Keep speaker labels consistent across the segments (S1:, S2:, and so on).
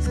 S1: ス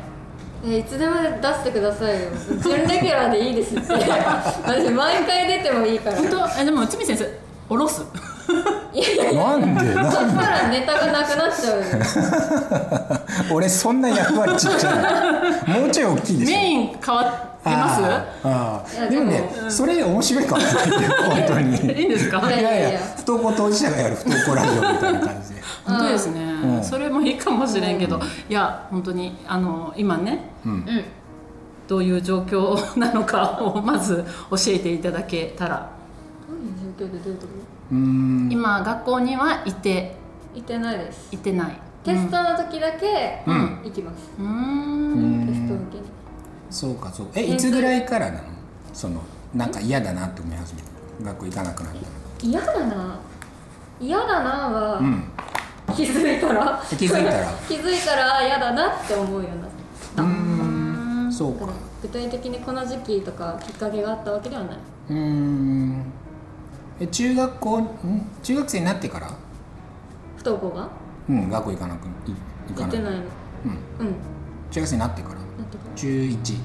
S2: えいつでも出してくださいよ準レギュラーでいいですって私毎回出てもいいから
S3: 本当、えでも内海先生、おろす。
S4: なんで
S2: そ
S4: な
S2: したらネタがなくなっちゃうよ
S4: 俺そんな役割ちっちゃいのもうちょい大きいでしょ
S3: メイン変わってま
S4: あーあー
S2: いや
S4: でも
S2: で
S4: ね
S2: も、
S4: それ面白いかもしれないけど本当に
S3: す。いいんですか。
S2: いや
S4: いやい
S2: い
S4: や
S2: や
S4: 不登校当事者がやる不登校ラジオみたいな感じで
S3: 本当ですね、
S4: ん
S3: それもいいかもしれんけど、いや本当にあの今ね
S2: うん
S3: どういう状況なのかをまず教えていただけたら、
S2: どういう状況でどういうとこ
S4: うん
S3: 今学校にはいて
S2: 行ってないです
S3: いてない
S2: テストの時だけ
S4: ん
S2: 行きます、
S3: うー
S4: うん
S2: テスト
S4: ん
S2: の時に
S4: そうかそうかえいつぐらいからなのそのなんか嫌だなって思い始めた学校行かなくなったの
S2: 嫌だな嫌だなは、
S4: うん
S2: 気づいたら
S4: 気づいたら
S2: 気づいたら嫌だなって思うようになった
S4: うんそう
S2: だか
S4: から
S2: 具体的にこの時期とかきっかけがあったわけではないう
S4: ーんえ中学校ん中学生になってから
S2: 不登校が
S4: うん学校行かなくい行
S2: 行
S4: かな
S2: っ
S4: い
S2: てない
S4: う
S2: の
S4: ん
S2: うん
S4: 中学生になってから
S2: なんとか
S4: 中1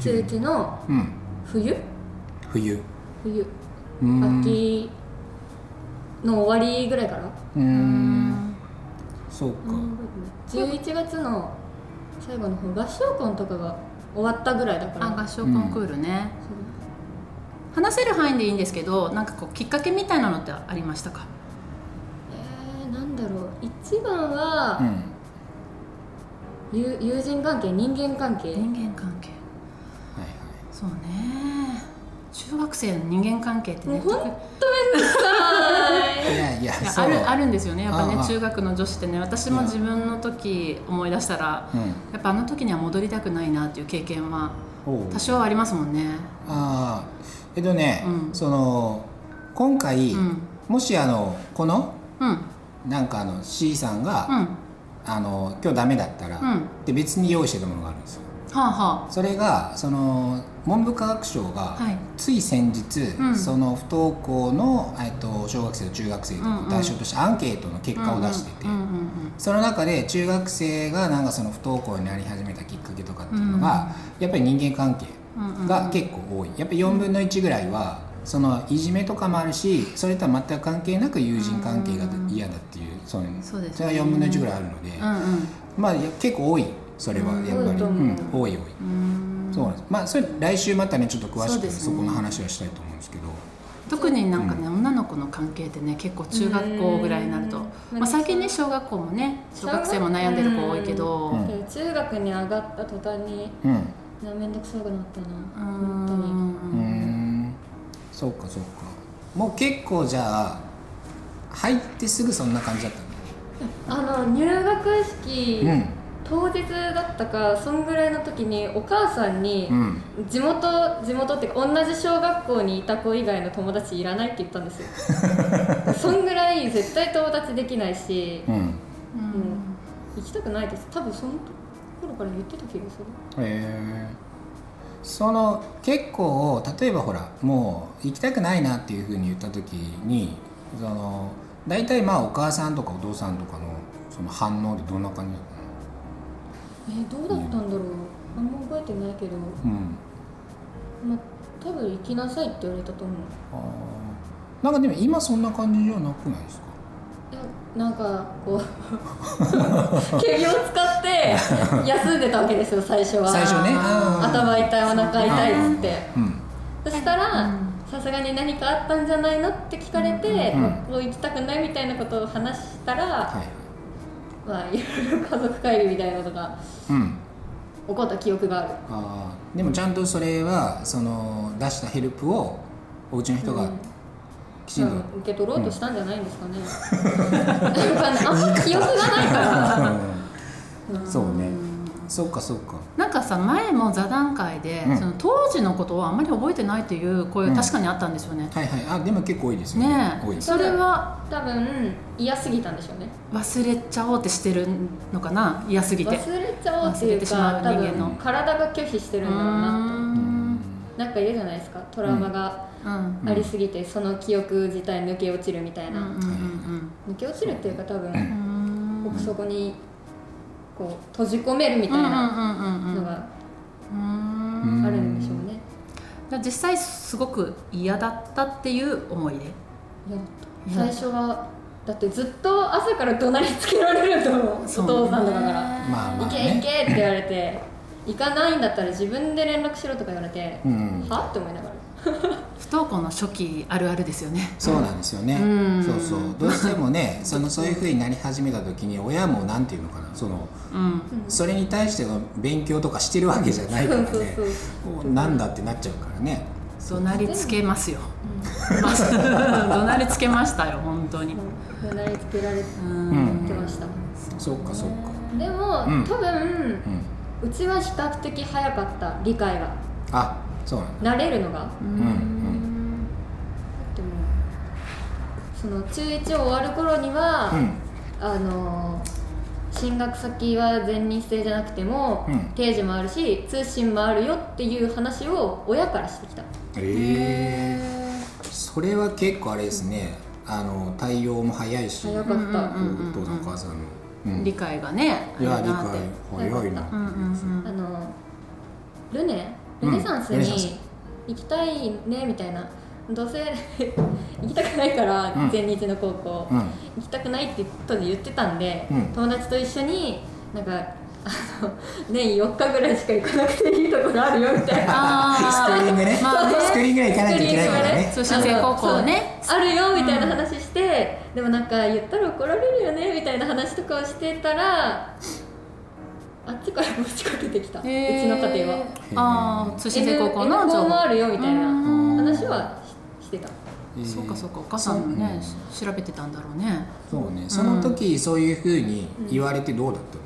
S2: 中期の
S4: うん
S2: 冬
S4: 冬
S2: 冬
S4: うーん
S2: 秋の終わりぐらいから
S4: うーんそうか、
S2: 11月の最後の方合唱コンとかが終わったぐらいだか
S3: あ
S2: ら
S3: 合唱コンクールね、話せる範囲でいいんですけどなんかこうきっかけみたいなのってありましたか
S2: えー、なんだろう一番は
S4: う、ん
S2: 友友人関係人間関係
S3: 人間関係
S4: は
S3: そうね中学生の人間関係って
S2: もう
S3: ね
S2: ほんとめんどくさ
S4: いはいいやいや
S3: いや
S4: そう
S3: あるあるんですよねやっぱね
S4: ああ
S3: 中学の女子ってね私も自分の時思い出したら、
S4: うん
S3: やっぱあの時には戻りたくないなっていう経験は
S4: おう
S3: 多少はありますもんね
S4: ああえっとね、
S3: うん
S4: その今回、
S3: うん
S4: もしあのこの
S3: うん
S4: なんかあの C さん
S3: うん
S4: が、
S3: は
S4: あの今日ダメだったら、
S3: うん
S4: で別に用意してたものがあるんですよ
S3: あは
S4: それがその文部科学省が、
S3: はい
S4: つい先日、
S3: うん
S4: その不登校の、えっと、小学生と中学生とか
S3: うん
S4: を
S3: うん
S4: 対象としたアンケートの結
S3: あ
S4: 果を出してて、
S3: うんうんうん
S4: その中で中学生がなんかその不登校になり始めたきっかけとかっていうのが、やっぱり人間関係
S3: うんうんうん
S4: が結構多いやっぱり4分の1ぐらいはそのいじめとかもあるしそれとは全く関係なく友人関係が嫌だっていうその
S3: そうですね
S4: それは4分の1ぐらいあるので、
S3: うんうん
S4: まあや結構多いそれはやっぱり、
S2: うん
S4: うん多い多い。
S3: うん
S4: そうなんです。まあそれ来週またねちょっと詳
S3: そ
S4: し
S3: うで
S4: く
S3: すね
S4: そこの話はしたいと思うんですけど、
S3: 特になんかね、女の子の関係ってね結構中学校ぐらいになると、
S2: うん
S3: まあ、最近ね小学校もね小学生も悩んでる子多いけど、
S4: うん
S2: で中学に上がった途端に
S4: うん、う
S2: なめんどくさくなったな
S3: うー
S2: 本当に
S4: ー
S3: ん
S4: ん、そうかそうか。もう結構じゃあ入ってすぐそんな感じだった
S2: あの入学式、
S4: の。
S2: 当日だったかそんぐらいの時にお母さんに、
S4: うん、うん。
S2: 地元地元っていうか同じ小学校にいた子以外の友達いらないって言ったんですよ そんぐらい絶対友達できないし、
S4: うん。
S3: う
S2: うん
S3: ん
S2: 行きたくないです多分その頃から言ってた気がする
S4: へえ。その結構例えばほらもう行きたくないなっていうふうに言った時にその大体まあお母さんとかお父さんとかのその反応でどんな感じだっ
S2: えーどうだったんだろうあんま覚えてないけど、
S4: たの？うん。
S2: まあ、多分行きなさいって言われたと思う
S4: あーなんかでも今そんな感じじゃなくないですか
S2: いやなんか こう毛を使って休んでたわけですよ最初は
S4: 最初ねうん
S2: 頭痛いお腹痛いっつって
S4: うん
S2: そした
S3: う
S2: ら
S3: ん
S2: さすがに何かあったんじゃないのって聞かれて、
S4: うん
S2: もう行きたくないみたいなことを話したら、
S4: はい
S2: まあいろいろ家族会議みたいなことが
S4: うん
S2: 起こった記憶がある
S4: あーでもちゃんとそれはその出したヘルプをお家の人がきちんと、
S2: 多分受け取ろうとしたんじゃないんですかね、わかんないあんまり記憶がないから
S4: うんそうねそうかそうか
S3: なんかさ前も座談会で、
S4: うん
S3: その当時のことをあんまり覚えてないっていう声
S4: うん
S3: 確かにあったんですよね、
S4: はいはいあでも結構多いですよね
S3: ね
S4: 多い
S3: え
S4: です
S3: それは
S2: 多分嫌すぎたんでしょうね
S3: 忘れちゃおうってしてるのかな嫌すぎて
S2: 忘れちゃおうってい
S3: 忘れて
S2: う
S3: し
S2: か
S3: まう
S2: 多
S3: 人間の
S2: 分体が拒否してるんだろうな
S4: う
S3: うー
S4: ん
S3: ん
S2: ってなんか言うじゃないですかトラウマが
S3: うん
S2: ありすぎて、その記憶自体抜け落ちるみたい
S3: うんう
S2: な、
S3: んうん
S2: 抜け落ちるっていうか多分、
S3: うん
S2: 奥底にこう閉じ込めるみたいな
S3: うんうんうんう
S2: の
S3: ん
S2: が
S3: うん
S4: うん
S2: あるんでしょうね、
S3: じゃあ実際すごく嫌だったっていう思い出
S2: いや
S3: うん
S2: 最初はだってずっと朝から怒鳴りつけられると思うお父さんとかから
S4: まあ
S2: 「
S4: ま
S2: 行
S4: あ
S2: け行
S4: ね
S2: け」って言われて「行かないんだったら自分で連絡しろ」とか言われて
S4: う
S2: 「
S4: ん
S2: は?」って思いながら
S3: 不登校の初期あるあるですよね
S4: そうなんですよね、
S3: うん
S4: そうそうどうしてもね そのそういうふうになり始めた時に親もなんていうのかなその
S3: うん
S4: それに対しての勉強とかしてるわけじゃないからね
S2: そうそう
S4: おなんだってなっちゃうからね
S3: 怒鳴りつけますよ、まず 怒鳴りつけましたよ本当に
S2: 怒鳴りつけられて
S3: うん
S4: うん
S2: ました
S4: そうかそうか
S2: でも、
S4: うん
S2: 多分
S4: うん
S2: うちは比較的早かった理解が
S4: あそうなんだ
S2: 慣れるのが
S4: うんうん
S2: でもその中1を終わる頃には、
S4: うん
S2: あのー進学先は全日制じゃなくても、
S4: うん
S2: 定時もあるし通信もあるよっていう話を親からしてきた
S4: えー、それは結構あれですねあの対応も早いし
S2: 早
S4: お
S2: かった、
S3: うんうん
S4: 父さんお母さんの、うん、
S3: 理解がね
S4: いや
S3: あれ
S4: 理
S3: なって
S4: 解早い
S3: うん
S4: な
S3: うん
S2: あのルネ
S4: うん
S2: ルネサンス
S4: ルネサンス
S2: に行きたいねみたいな、どうせ 行きたくないから、
S4: うん
S2: 全日の高校、
S4: うん
S2: 行きたくないって当時言ってたんで、
S4: うん
S2: 友達と一緒になんかあの年4日ぐらいしか行かなくていいところあるよみた いな
S4: スク
S3: あ
S4: リーニングね、
S3: まあね
S4: スクリーニングぐらい行かないといけないか
S3: スクリーニン
S4: らね
S3: グね通信制高校ね
S2: そうあるよみたいな話して、でもなんか言ったら怒られるよねみたいな話とかをしてたらあっちから持ちかけてきた、
S3: ーへー
S2: うちの家庭は。
S3: ああ通信制高校
S2: N-
S3: の
S2: N
S3: 情
S2: 校も
S3: 報
S2: あるよみたいな
S3: うん
S2: 話はししてた
S4: えー
S3: そうかそうかお母さんもねし調べてたんだろうね
S4: そうねその時、そういうふうに言われてどうだったの、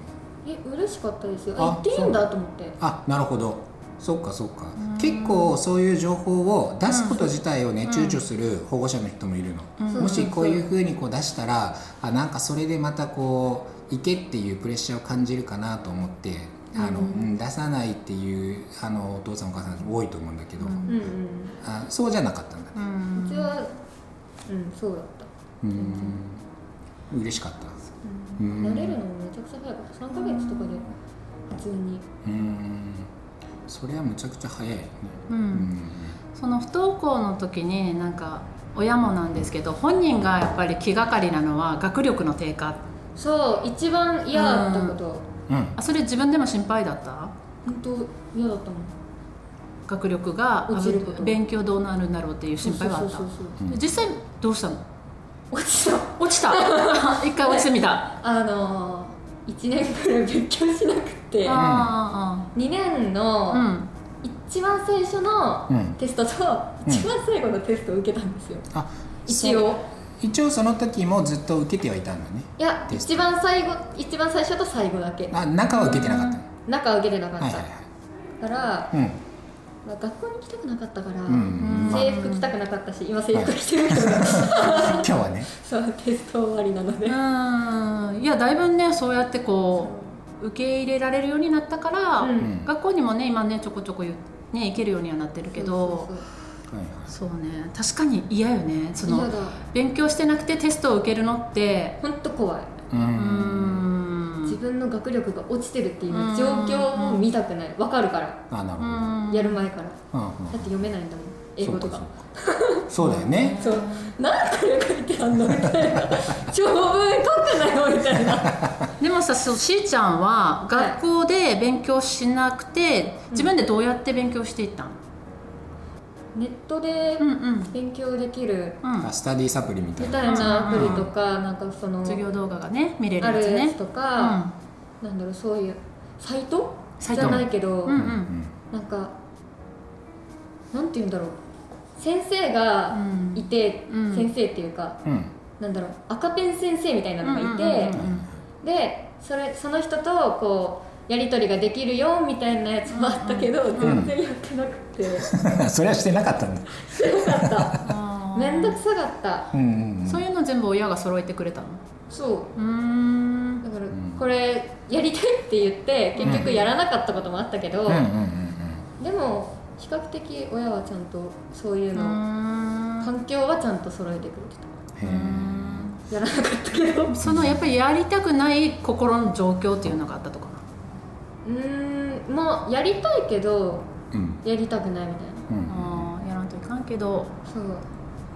S2: え嬉しかったですよ
S4: あ
S2: あ行っていいんだと思って
S4: あなるほどそっかそっか結構そういう情報を出すこと自体をね、躊躇する保護者の人もいるの、もしこういうふうにこう出したらあなんかそれでまたこう行けっていうプレッシャーを感じるかなと思ってあの、うん出さないっていうあのお父さんお母さん多いと思うんだけど、
S2: うんうん
S4: あそうじゃなかったんだね
S2: うちはうんそうだった、
S4: うん嬉しかった
S2: うん、慣れるのもめちゃくちゃ早かった3ヶ月とかで普通に
S4: うんそれはむちゃくちゃ早いよね
S3: う、
S4: うんん
S3: その不登校の時になんか親もなんですけど本人がやっぱり気がかりなのは学力の低下
S2: そう一番嫌だったこと、
S4: うん
S3: あそれ自分でも心配だった
S2: 本当嫌だったもん
S3: 学力が
S2: 落ちること
S3: 勉強どうなるんだろうっていう心配はあった
S2: そうそうそうそう
S4: うそう
S3: 実際どうしたの
S2: 落ちた
S3: 落ち た一回落ちてみた
S2: あのー、1年くらい勉強しなくて
S3: あ
S2: 2年
S3: あああう
S2: の
S3: ん
S2: 一番最初の
S4: うん
S2: テストと
S4: ん
S2: 一番最後のテストを受けたんですよ、
S4: あ
S2: 一
S4: そう
S2: 応
S4: 一応その時もずっと受けてはいたんだね
S2: いや
S4: テスト
S2: 一番最後一番最初と最後だけ
S4: あ中は受けてなかったの
S2: 中は受けてなかった、
S4: はいはい
S2: から、
S4: はい
S2: まあ、学校に来たくなかったから、
S4: うん、うんまあ、
S2: 制服着たくなかったし今制服着てる人が
S4: 今日はね
S2: そうテスト終わりなので
S3: うんいやだいぶねそうやってこう受け入れられるようになったから、
S2: うん
S4: うん
S3: 学校にもね今ねちょこちょこ言うね行けるようにはなってるけど
S2: そうそう
S4: はい
S3: そうね確かに嫌よねそ
S2: そう嫌
S3: の
S2: だ
S3: 勉強してなくてテストを受けるのって
S2: 本当怖い、
S4: はいう
S3: ー
S4: ん
S3: ん
S2: 自分の学力が落ちてるっていう
S3: うん
S2: 状況も見たくないわかるから
S4: あなる
S3: う
S4: ほど
S3: ーん
S2: やる前からだ
S4: うんうん
S2: って読めないんだもん英語とか
S4: そうかそうかそうだよね
S2: そうなんでこれ書いてあんのみたいな長文書くなよみたいな
S3: でもさそうしーちゃんは学校で勉強しなくて、自分でどうやって勉強していったの
S2: ネットで
S3: うんうん
S2: 勉強できる
S3: うん
S4: あスタディサプリみた
S2: み
S4: い
S2: た
S4: ない
S2: なアプリとかなんかその
S3: 授業動画がね見れる
S2: あ
S3: や
S2: る
S3: つ
S2: やつ
S3: ね
S2: と
S3: う
S2: か
S3: ん
S2: なんだろうそういうサイト
S3: サイ
S2: じ
S3: ト
S2: ゃないけど
S3: うん
S2: なんかなんて言うんだろう先生が
S3: うん
S2: いて、
S3: うん
S2: 先生っていうか
S4: うん
S2: なんだろう赤ペン先生みたいなのがいて、
S3: うんうん
S2: でそれその人とこうやり取りができるよみたいなやつもあったけど、全然やってなくて、
S4: うん それはしてなかったんだ
S2: よかった
S3: あー
S2: 面倒くさかった
S4: うんうんうん
S3: そういうの全部親が揃えてくれたの
S2: そう
S3: ーん
S2: うだから
S4: ん
S2: これやりたいって言って結局やらなかったこともあったけど、
S4: うんうん
S2: でも比較的親はちゃんとそういう
S3: う
S2: の、
S3: ーん
S2: 環境はちゃんと揃えてくれてた
S4: うんうん
S2: やらなかったけどう
S3: そのやっぱりやりたくない心の状況っていうのがあったとか
S2: ーんもうやりたいけど
S4: へえうん
S2: やりたくないみたいな
S4: うん
S3: なあーやらんといかんけど
S2: そう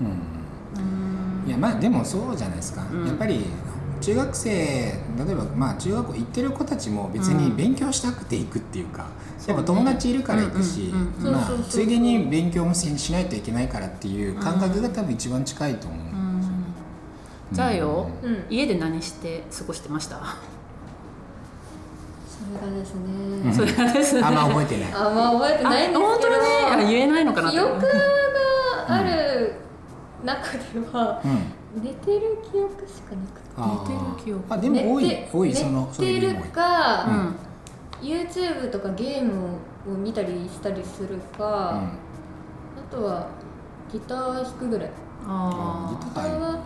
S4: うんうん
S3: うーん
S4: いやまあでもそうじゃないですか、
S3: うん
S4: やっぱり中学生例えばまあ中学校行ってる子たちも別に
S3: うん
S4: 勉強したくて行くっていうか、
S3: そうね
S4: やっぱ友達いるから行くし
S3: うん
S2: うんうん
S4: まあ
S2: そうそうそう
S4: ついでに勉強もしないといけないからっていう感覚が多分一番近いと思う、
S3: うんじゃあよ、
S2: うん
S3: 家で何して過ごしてました、
S2: それがですね、
S4: う ん
S3: それはですね
S4: あんま覚え てない
S2: あんま覚えてないんですけど
S3: 本当だねあ言えないのかな
S2: 記憶がある中では
S4: うん
S2: 寝てる記憶しかなくて
S4: あ
S3: 寝てる
S4: ー
S3: 記憶
S4: あでも多
S2: 寝
S4: い
S2: て
S4: 多いそのそ
S2: 寝
S4: れ
S2: て
S4: で
S2: る
S4: も多い
S2: か、
S3: うん
S2: YouTube とかゲームを見たりしたりする
S4: う
S2: か、
S4: ん
S2: あとはギター弾くぐらい
S4: あ
S3: あ
S4: ー
S2: ギターは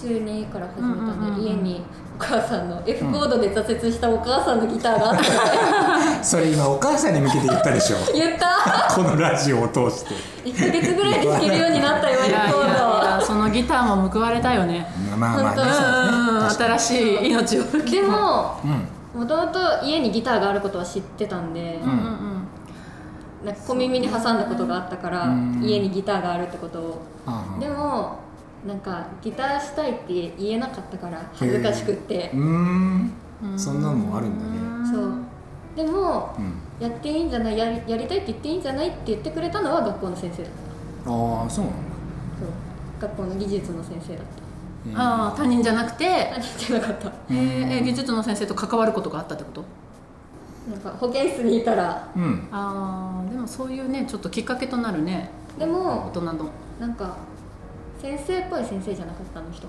S2: 中2から始めたん
S3: う
S2: で、
S3: んうんうんうん
S2: 家にお母さんの F コードで挫折したお母さんのギターがあったの
S4: それ今お母さんに向けて言ったで しょ
S2: で言った
S4: このラジオを通して
S2: 1ヶ月ぐらいで弾け るようになったよ
S3: あ
S2: F
S3: いやい
S2: コード
S3: やいやそのギターも報われたよね
S4: まあまあね
S3: うん
S4: そうですね
S3: 新しい命を受け
S2: でも
S4: 確かに
S2: もともと家にギターがあることは知ってたんで、
S4: うん
S3: うんうん
S2: なんか小耳に挟んだことがあったから、
S4: うん
S2: 家にギターがあるってことを、
S4: うん
S2: でもなんかギターしたいって言えなかったから恥ずかしくって
S4: う、んうーんそんなのもあるんだね
S2: そうでも
S4: うん
S2: やっていいんじゃないやりやりたいって言っていいんじゃないって言ってくれたのは学校の先生だっ
S4: ああそうなんだ、
S2: たそう学校の技術の先生だった
S4: えー
S3: ああ他人じゃなくて
S2: 何じゃなかった
S3: えーえー技術の先生と関わることがあったってこと
S2: なんか保健室にいたら
S4: うん
S3: ああでもそういうねちょっときっかけとなるね
S2: で
S3: 大
S2: も
S3: 人の
S2: なんか先生っぽい先生じゃなかったあの人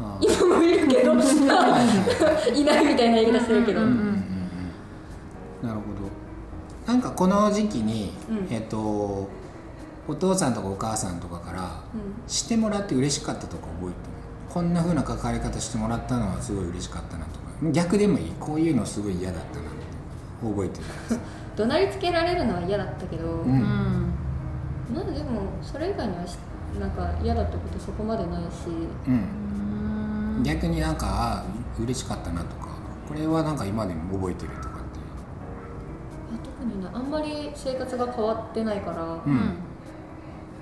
S4: あ
S2: 今もいるけどいないみたいな言い方してるけど、
S3: うんうんうん
S4: ーなるほどなんかこの時期に、
S2: うん
S4: えっとお父さんとかお母さんとかからしてもらって嬉しかったとか覚えてるこんな風な関わり方してもらったのはすごい嬉しかったなとか逆でもいいこういうのすごい嫌だったなって覚えてる
S2: 怒鳴りつけられるのは嫌だったけど、
S4: う
S3: うんん
S2: まあでもそれ以外にはしなんか嫌だったことそこまでないし
S4: うん逆になんかあー嬉しかったなとかこれはなんか今でも覚えてるとかっていう
S2: あ特になあんまり生活が変わってないから、
S4: う
S3: うんん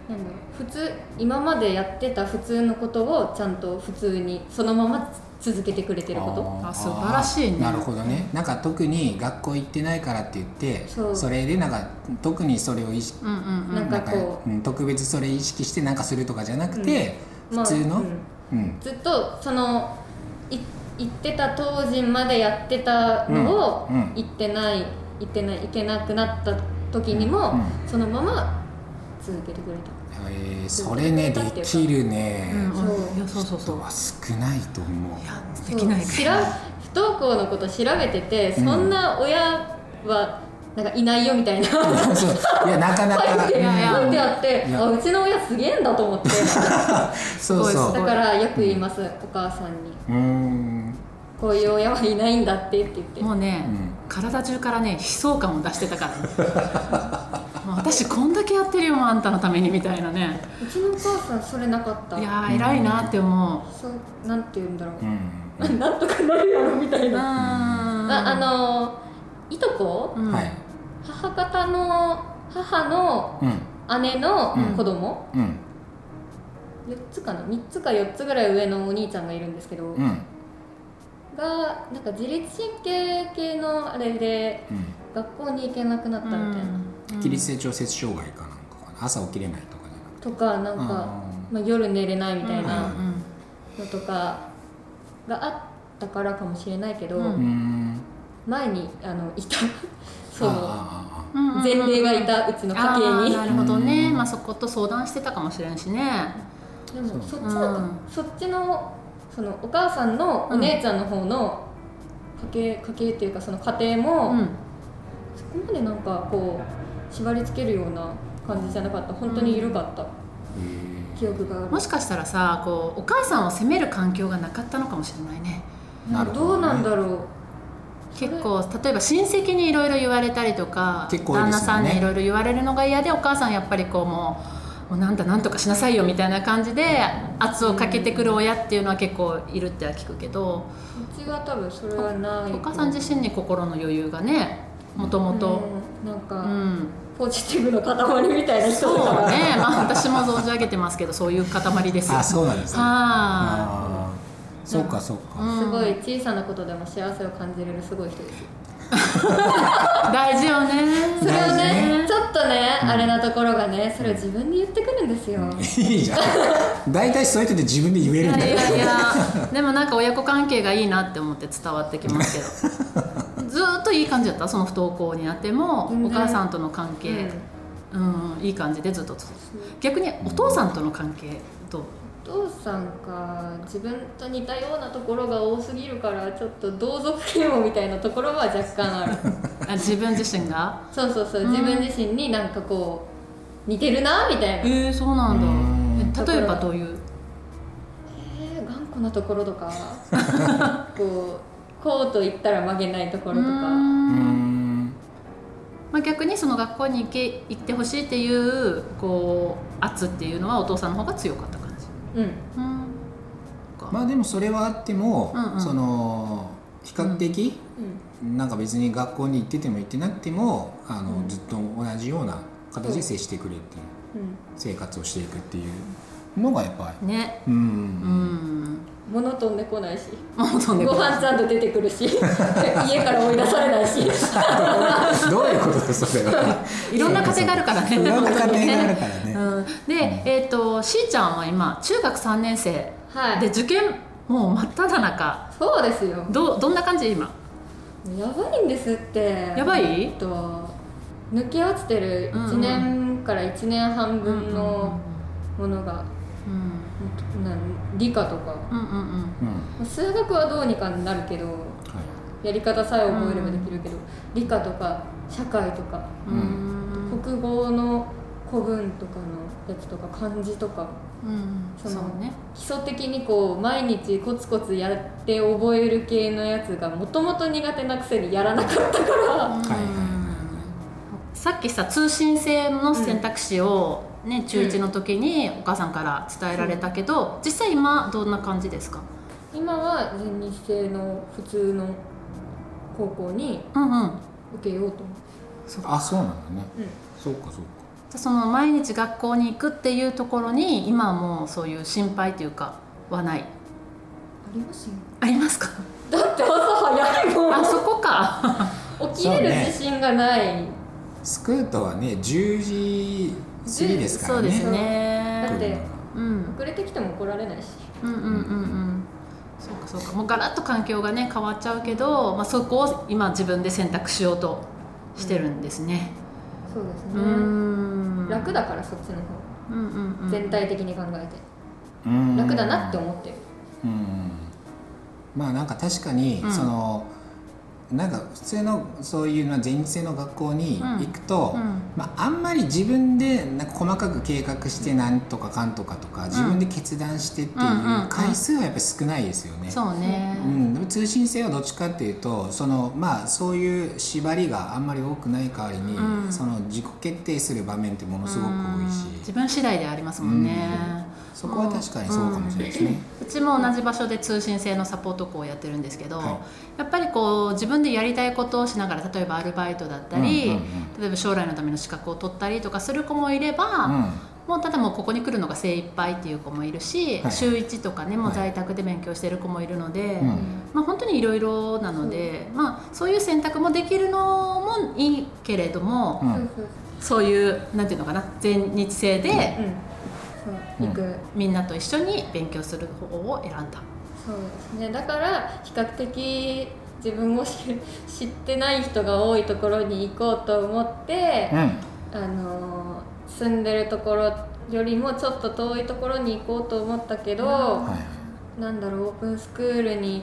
S2: なんだろう普通今までやってた普通のことをちゃんと普通にそのまま続けてくれてるこ
S4: ー
S3: あ素晴らしいね
S4: なるほどねなんか特に学校行ってないからって言って
S2: そ
S4: そうれでなんか特にそれを意識
S3: うんうん
S2: と
S3: うん
S2: なん
S4: な
S2: か
S4: んか
S2: こ
S4: うん特別それ意識してなんかするとかじゃなくて、
S2: う、まあ
S4: 普通の、
S2: うん
S4: うん
S2: ずっとそのい行ってた当時までやってたのを、
S4: うんうん
S2: 行ってない行ってない行けなくなった時にも、
S4: うん
S2: そのまま続けてくれた
S4: えーそれねできるね、
S3: うんいやそうそうそ
S4: 人
S3: う
S4: は少ないと思う
S3: いやできない
S2: そう調不登校のこと調べててそんな親はなんかいないよみたいな、
S4: そういやなかなか、
S2: 書い
S4: う
S2: て
S4: ん
S3: や
S2: 書いてあって
S4: いや
S2: あうちの親すげえんだと思って
S4: そう
S3: すごい
S4: そ
S2: だからよく言います、お母さんに
S4: ううーん
S2: こういう親はいないんだってって言って
S3: もうね、
S4: うん
S3: 体中からね悲壮感を出してた からもう私こんだけやってるよあんたのためにみたいなね
S2: うちのお母さんそれなかった
S3: いやー偉いなって思う
S2: そうなんて言うんだろ
S4: う
S2: う、
S4: ん
S2: なんとかなるやろみたい
S3: うん
S2: な、ああのーいとこ、
S3: うん
S4: はい
S2: 母方の母の
S4: うん
S2: 姉の子供、
S4: うん
S2: 四4つかな3つか4つぐらい上のお兄ちゃんがいるんですけど、
S4: うんうん
S2: がなんか自律神経系のあれで学校に行けなくなったみたいな、
S3: うん
S4: 起立性調節障害かなんかかな朝起きれないとかじゃなくて
S2: とかなんか、
S4: あ
S2: まあ、夜寝れないみたい
S4: うん
S2: な
S3: うんうん
S2: のとかがあったからかもしれないけど、
S3: う
S4: うーん
S2: 前にあのいた そ
S4: あ
S2: の
S4: ああ
S3: う
S4: あ
S3: んうん
S2: 前例がいたうちの
S3: あ
S2: 家
S3: ー
S2: 系
S3: な
S2: に
S3: るほどね、まあ、そこと相談してたかもしれんしね
S2: でも
S4: そ
S2: そうっちの、
S3: うん
S2: そっちのそのお母さんのお姉ちゃんの方の家系家系っていうかその家庭
S3: う
S2: も、
S3: ん
S2: そこまでなんかこう縛り付けるような感じじゃなかった本当に緩かった、
S4: へー
S2: 記憶がある
S3: もしかしたらさこうお母さんを責める環境がなかったのかもしれないね
S4: なるほ
S2: ど
S4: ど
S2: う
S4: ね
S2: なんだろう
S3: 結構例えば親戚にいろいろ言われたりとか、
S4: 結構多
S3: 旦
S4: いで
S3: 那
S4: すよね
S3: さんにいろいろ言われるのが嫌でお母さんやっぱりこうもうもうなんだなんとかしなさいよみたいな感じで圧をかけてくる親っていうのは結構いるっては聞くけど、
S2: うちは多分それはない
S3: お母さん自身に心の余裕がねもともと
S2: うんな
S3: う
S2: んか、
S3: ん
S2: ポジティブの塊みたいな人
S3: そう
S2: だから
S3: ねまあ私も存じ上げてますけどそういう塊ですよ
S4: あそうなんですね
S3: は
S4: あーそうかそうか、
S3: うん
S2: すごい小さなことでも幸せを感じれるすごい人ですよ
S3: い大事よね
S2: それをね
S3: 大事
S2: ちょっとね、あれなところがねそれを自分で言ってくるんですよ、
S4: いいじゃん大体そういう人で自分で言え
S3: い
S4: るん
S3: や
S4: だ
S3: い
S4: よ
S3: やいやでもなんか親子関係がいいなって思って伝わってきますけ どずーっといい感じだったその不登校になっても
S2: 全
S3: お
S2: 然
S3: 母さんとの関
S2: うん
S3: 係、うんいい感じでずっと続く逆にお父さんとの関係と
S2: お父さんか自分と似たようなところが多すぎるからちょっと同族嫌悪みたいなところは若 干ある
S3: あ自分自身が
S2: そうそうそう自分自身になんかこう似てるなみたいな、え
S3: えー、そうな
S4: うんん
S3: だえ例えばどういう
S2: ー頑固なところと かこうこうと言ったら曲げないところと
S3: う
S2: か、
S4: うー
S3: ん
S4: ん
S3: まあ、逆にその学校に行け行ってほしいっていうこう圧っていうのはお父さんの方が強かった感じ、
S2: うん
S3: うん
S4: まあでもそれはあっても、
S3: うんうん
S4: その比較的、
S2: うん
S4: なんか別に学校に行ってても行ってなくてもあの、
S2: うん
S4: ずっと同じような形で接してくれっていう
S2: うん
S4: 生活をしていくっていうのがやっぱり
S3: ね
S4: うん、
S3: うん
S2: 物飛んでこないし
S3: もう飛んで
S2: ご
S3: こない
S2: 飯ちゃんと出て くるし家から追い出されないし
S4: どういうことですそれは
S3: いろんな家庭があるからね
S4: いろんな
S3: 本当
S4: 家
S3: に
S4: 庭がある
S3: ね
S4: からね
S3: うん、で、えっ、としーちゃんは今中学3年生で
S2: はい
S3: 受験もう真っ只中
S2: そうですよ
S3: どうどんな感じ今
S2: やばいんですって
S3: やばい
S2: えっと抜け落ちてる1年から1年半分のものが、
S3: うん
S2: な理科とか
S3: うんうん うん
S4: うん
S2: 数学はどうにかなるけど
S4: はい
S2: やり方さえ覚えればできるけど、理科とか社会とか
S3: う
S4: うん
S2: 国語の古文とかのやつとか漢字とか
S3: うん
S2: そ
S3: そ
S2: の
S3: うね
S2: 基礎的にこう毎日コツコツやって覚える系のやつがもともと苦手なくせにやらなかったから
S4: はいはいはい
S3: さっきさ通信制の選択肢を、ね中1の時にお母さんから伝えられたけど、実際今どんな感じですか
S2: 今は全日制の普通の高校に
S3: うんうん
S2: 受けようと思って
S4: あそうなんだね、
S2: うん
S4: そうかそうか
S3: じゃあその毎日学校に行くっていうところに今はもうそういう心配というかはない
S2: ありますよ
S3: ありますか
S2: だって朝早いもん
S3: あそこか
S2: 起きれる自信がない、
S4: スクートはね10時過ぎですから
S3: そ
S4: ね
S3: うです
S2: だっ
S3: ね、
S2: て
S3: うん、
S2: 遅れてきても怒られないし
S3: うんうんうんうんそうかそうかもうガラッと環境がね変わっちゃうけど、まあ、そこを今自分で選択しようとしてるんですね
S2: そうです
S3: うーん
S2: 楽だからそっちの方
S3: うんうんうん
S2: 全体的に考えて、
S4: うん
S2: 楽だなって思ってる
S4: うんまあなんか確かに、
S3: うん
S4: そのなんか普通のそういうの全日制の学校に
S3: うん
S4: 行くと、
S3: うん
S4: まあ、あんまり自分でなんか細かく計画してなんとかかんとかとか、自分で決断してってい
S3: んうんう
S4: うん回数はやっぱり少ないですよね。
S3: そうね
S4: うん、でも通信制はどっちかっていうとその、まあ、そういう縛りがあんまり多くない代わりに、
S3: うん
S4: その自己決定する場面ってものすごく多いし、
S3: 自分次第でありますもんね、
S4: そこは確かにそうかもしれないですね。
S3: うちも同じ場所で通信制のサポート校をやってるんですけど、
S4: は
S3: やっぱりこう自分でやりたいことをしながら例えばアルバイトだったり、
S4: うんうん
S3: 例えば将来のための資格を取ったりとかする子もいれば、
S4: うん
S3: もうただもうここに来るのが精一杯っていう子もいるし、
S4: はい
S3: 週1とかねもう在宅で勉強してる子もいるので、
S4: うん
S3: まあ、本当にいろいろなので、まあ、そういう選択もできるのもいいけれども、
S4: うん
S2: そうそう
S3: そういうなんていうのかな全日制で
S2: そううんそう行く、
S3: みんなと一緒に勉強する方法を選んだ。
S2: そうですねだから比較的自分を知知ってない人が多いところに行こうと思って、
S4: うん
S2: あのー住んでるところよりもちょっと遠いところに行こうと思ったけど、
S4: はい
S2: なんだろうオープンスクールに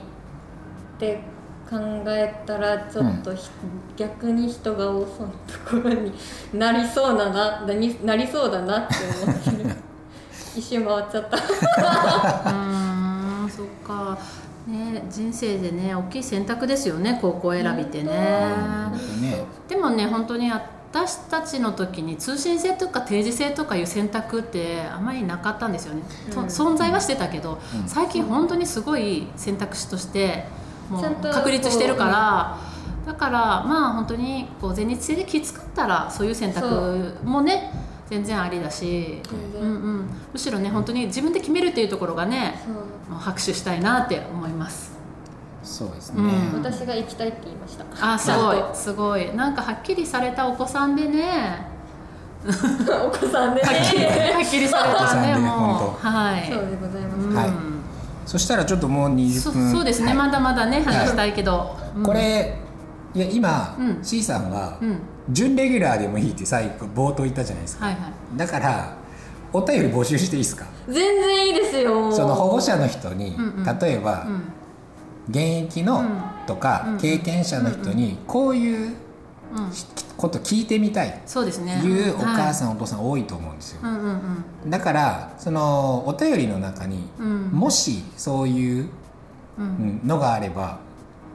S2: 行って考えたらちょっとひ、逆に人が多そうなところになりそうだななになりそうだなって思ってる 一周回っちゃった
S3: うーんそっか、ね、人生でね大きい選択ですよね高校選びって
S4: だ
S3: ね
S4: ってね
S3: でもね本当に私たちの時に通信制とか定時制とかいう選択ってあまりなかったんですよね、と
S2: うん
S3: 存在はしてたけど、
S4: うん
S3: 最近本当にすごい選択肢としても
S2: ちゃんと
S3: う確立してるからだからまあ本当にこう全日制できつかったらそういう選択もね全然ありだし、
S2: 全
S3: う
S2: 然、
S3: んうん、むしろね本当に自分で決めるっていうところがね
S2: そう
S3: もう拍手したいなって思います
S4: そうですね、
S3: うん
S2: 私が行きたいって言いました
S3: あすごいすごいなんかはっきりされたお子さんでね
S2: お子さんで、
S3: はっきりされたね
S4: お子さんでね
S3: もう
S4: 本当
S3: はい
S2: そうでございます、
S3: うん
S4: はいそしたらちょっともう20
S3: そ
S4: 分
S3: そうですね、
S4: はい
S3: まだまだね話したいけど、うん
S4: これいや今、
S3: うん
S4: C さんは、
S3: うん
S4: 準レギュラーでもいいって最後冒頭言ったじゃないですか
S3: はいはい
S4: だからお便り募集していいですか
S2: 全然いいですよ
S4: その保護者の人に、
S3: うんうん
S4: 例えば、
S3: うん
S4: 現役の
S3: うん
S4: とか、
S3: うん
S4: 経験者の人にこう
S3: う
S4: いう
S3: ん
S4: こと聞いてみたい
S3: そうですね
S4: いうお母さ
S3: ん、
S4: ん、お父さん多いと思うんですよ、
S3: はい、うんうん
S4: だからそのお便りの中に、
S3: うん
S4: もしそういう
S3: うんうん
S4: うんのがあれば、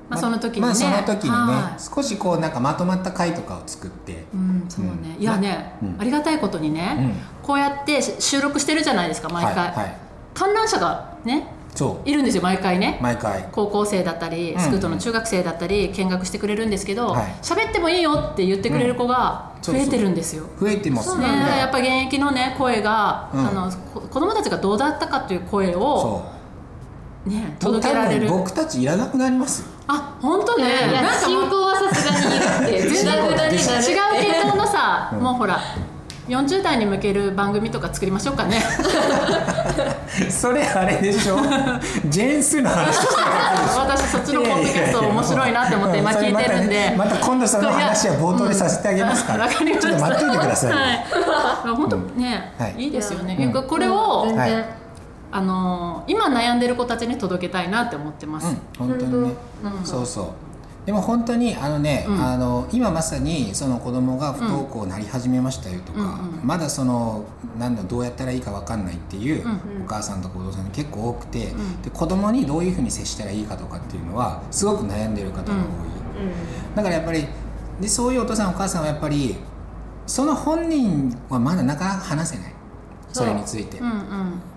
S3: まあその時にね
S4: まあその時にね
S3: は、い
S4: 少しこうなんかまとまった回とかを作って、
S3: うん、そうね、
S4: うん
S3: いやね、
S4: うん
S3: ありがたいことにね、こうやってし収録してるじゃないですか毎回、
S4: はい、はい、
S3: 観覧車がね
S4: そ
S3: いるんですよ毎回ね
S4: う毎回
S3: 高校生だったり
S4: うん
S3: スクートの中学生だったり見学してくれるんですけど
S4: はい
S3: 喋、ってもいいよって言ってくれる子が
S4: うんそう
S3: 増
S4: そう
S3: えてるんですよ。
S4: 増えてます
S3: そ
S4: よ
S3: うね
S4: ね。
S3: やっぱ現役のね声が、
S4: うん
S3: あのこ子供たちがどうだったかという声を
S4: そう
S3: ね
S4: 多分
S3: 届けられる
S4: 僕たちいらなくなりますよ。
S3: あ本当
S2: い
S3: ね
S2: やいや
S3: なんか もう
S2: 進行はさすがにいるって
S4: 進
S2: グ
S4: 行
S2: ダグダになるって
S3: 違う系統のさ、
S4: うん
S3: もうほら40代に向ける番組とか作りましょうかね
S4: それあれで しょ。ジェンスの話して
S3: 私そっちのポッドキャスト面白いなって思って今聞いてるん
S4: いやいやいや
S3: で
S4: もうそれまたねまた今度その話は冒頭でさせてあげますから。
S3: わかりまし
S4: ち
S3: た
S4: ょっと待っといてください。
S3: はいまあ本当ね、
S4: はい
S3: い、いですよね、
S4: うん
S3: これを、
S2: 全然、
S4: はい
S3: あのー今悩んでる子たちに届けたいなって思ってま
S4: うん
S3: す、
S4: 本当にね
S3: うん。
S4: そうそう。でも本当にあのね、
S3: うん
S4: あの今まさにその子供が不登校になり始めましたよとか、
S3: うんうん
S4: まだそのなんだどうやったらいいかわかんないっていう
S3: うん
S2: うん
S4: お母さんとかお父さんが結構多くて、
S3: ん
S4: で子供にどういうふうに接したらいいかとかっていうのはすごく悩んでる方が多い、だからやっぱりでそういうお父さんお母さんはやっぱりその本人はまだなかなか話せないそれについて、
S3: うんうん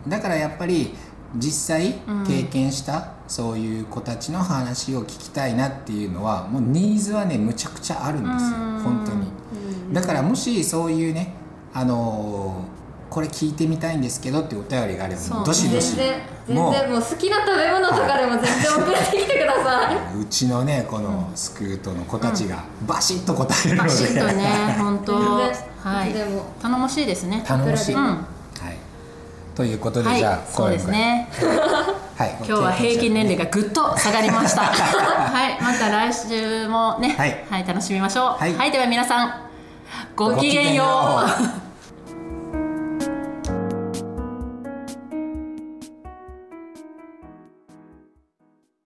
S4: だからやっぱり実際
S3: うん
S4: 経験したそういう子たちの話を聞きたいなっていうのはもうニーズはねむちゃくちゃあるんですよ
S3: うん
S4: 本当にだからもしそういうねあのーこれ聞いてみたいんですけどっていうお便りがあれば
S3: そう
S4: もうどしど
S2: 全
S4: し
S2: 然全然
S4: も
S2: も
S4: う
S2: う好きな食べ物とかでも全然送ってきてください
S4: うちのねこのスクートの子たちがバシッと答えるの
S3: バ
S4: で
S3: シッとね本当
S2: 全然、
S3: はい
S2: でも
S3: 頼もしいですね
S4: 頼もしい、
S2: う
S3: うん
S4: はい、
S3: は
S4: ということで、
S3: い
S4: じゃあ
S3: そうですね
S4: はい
S3: 今日は平均年齢がぐっと下がりました はいまた来週もね
S4: はい
S3: 楽しみましょう
S4: はい
S3: では皆さんごきげんよ
S4: ごきげんよ
S3: う
S4: う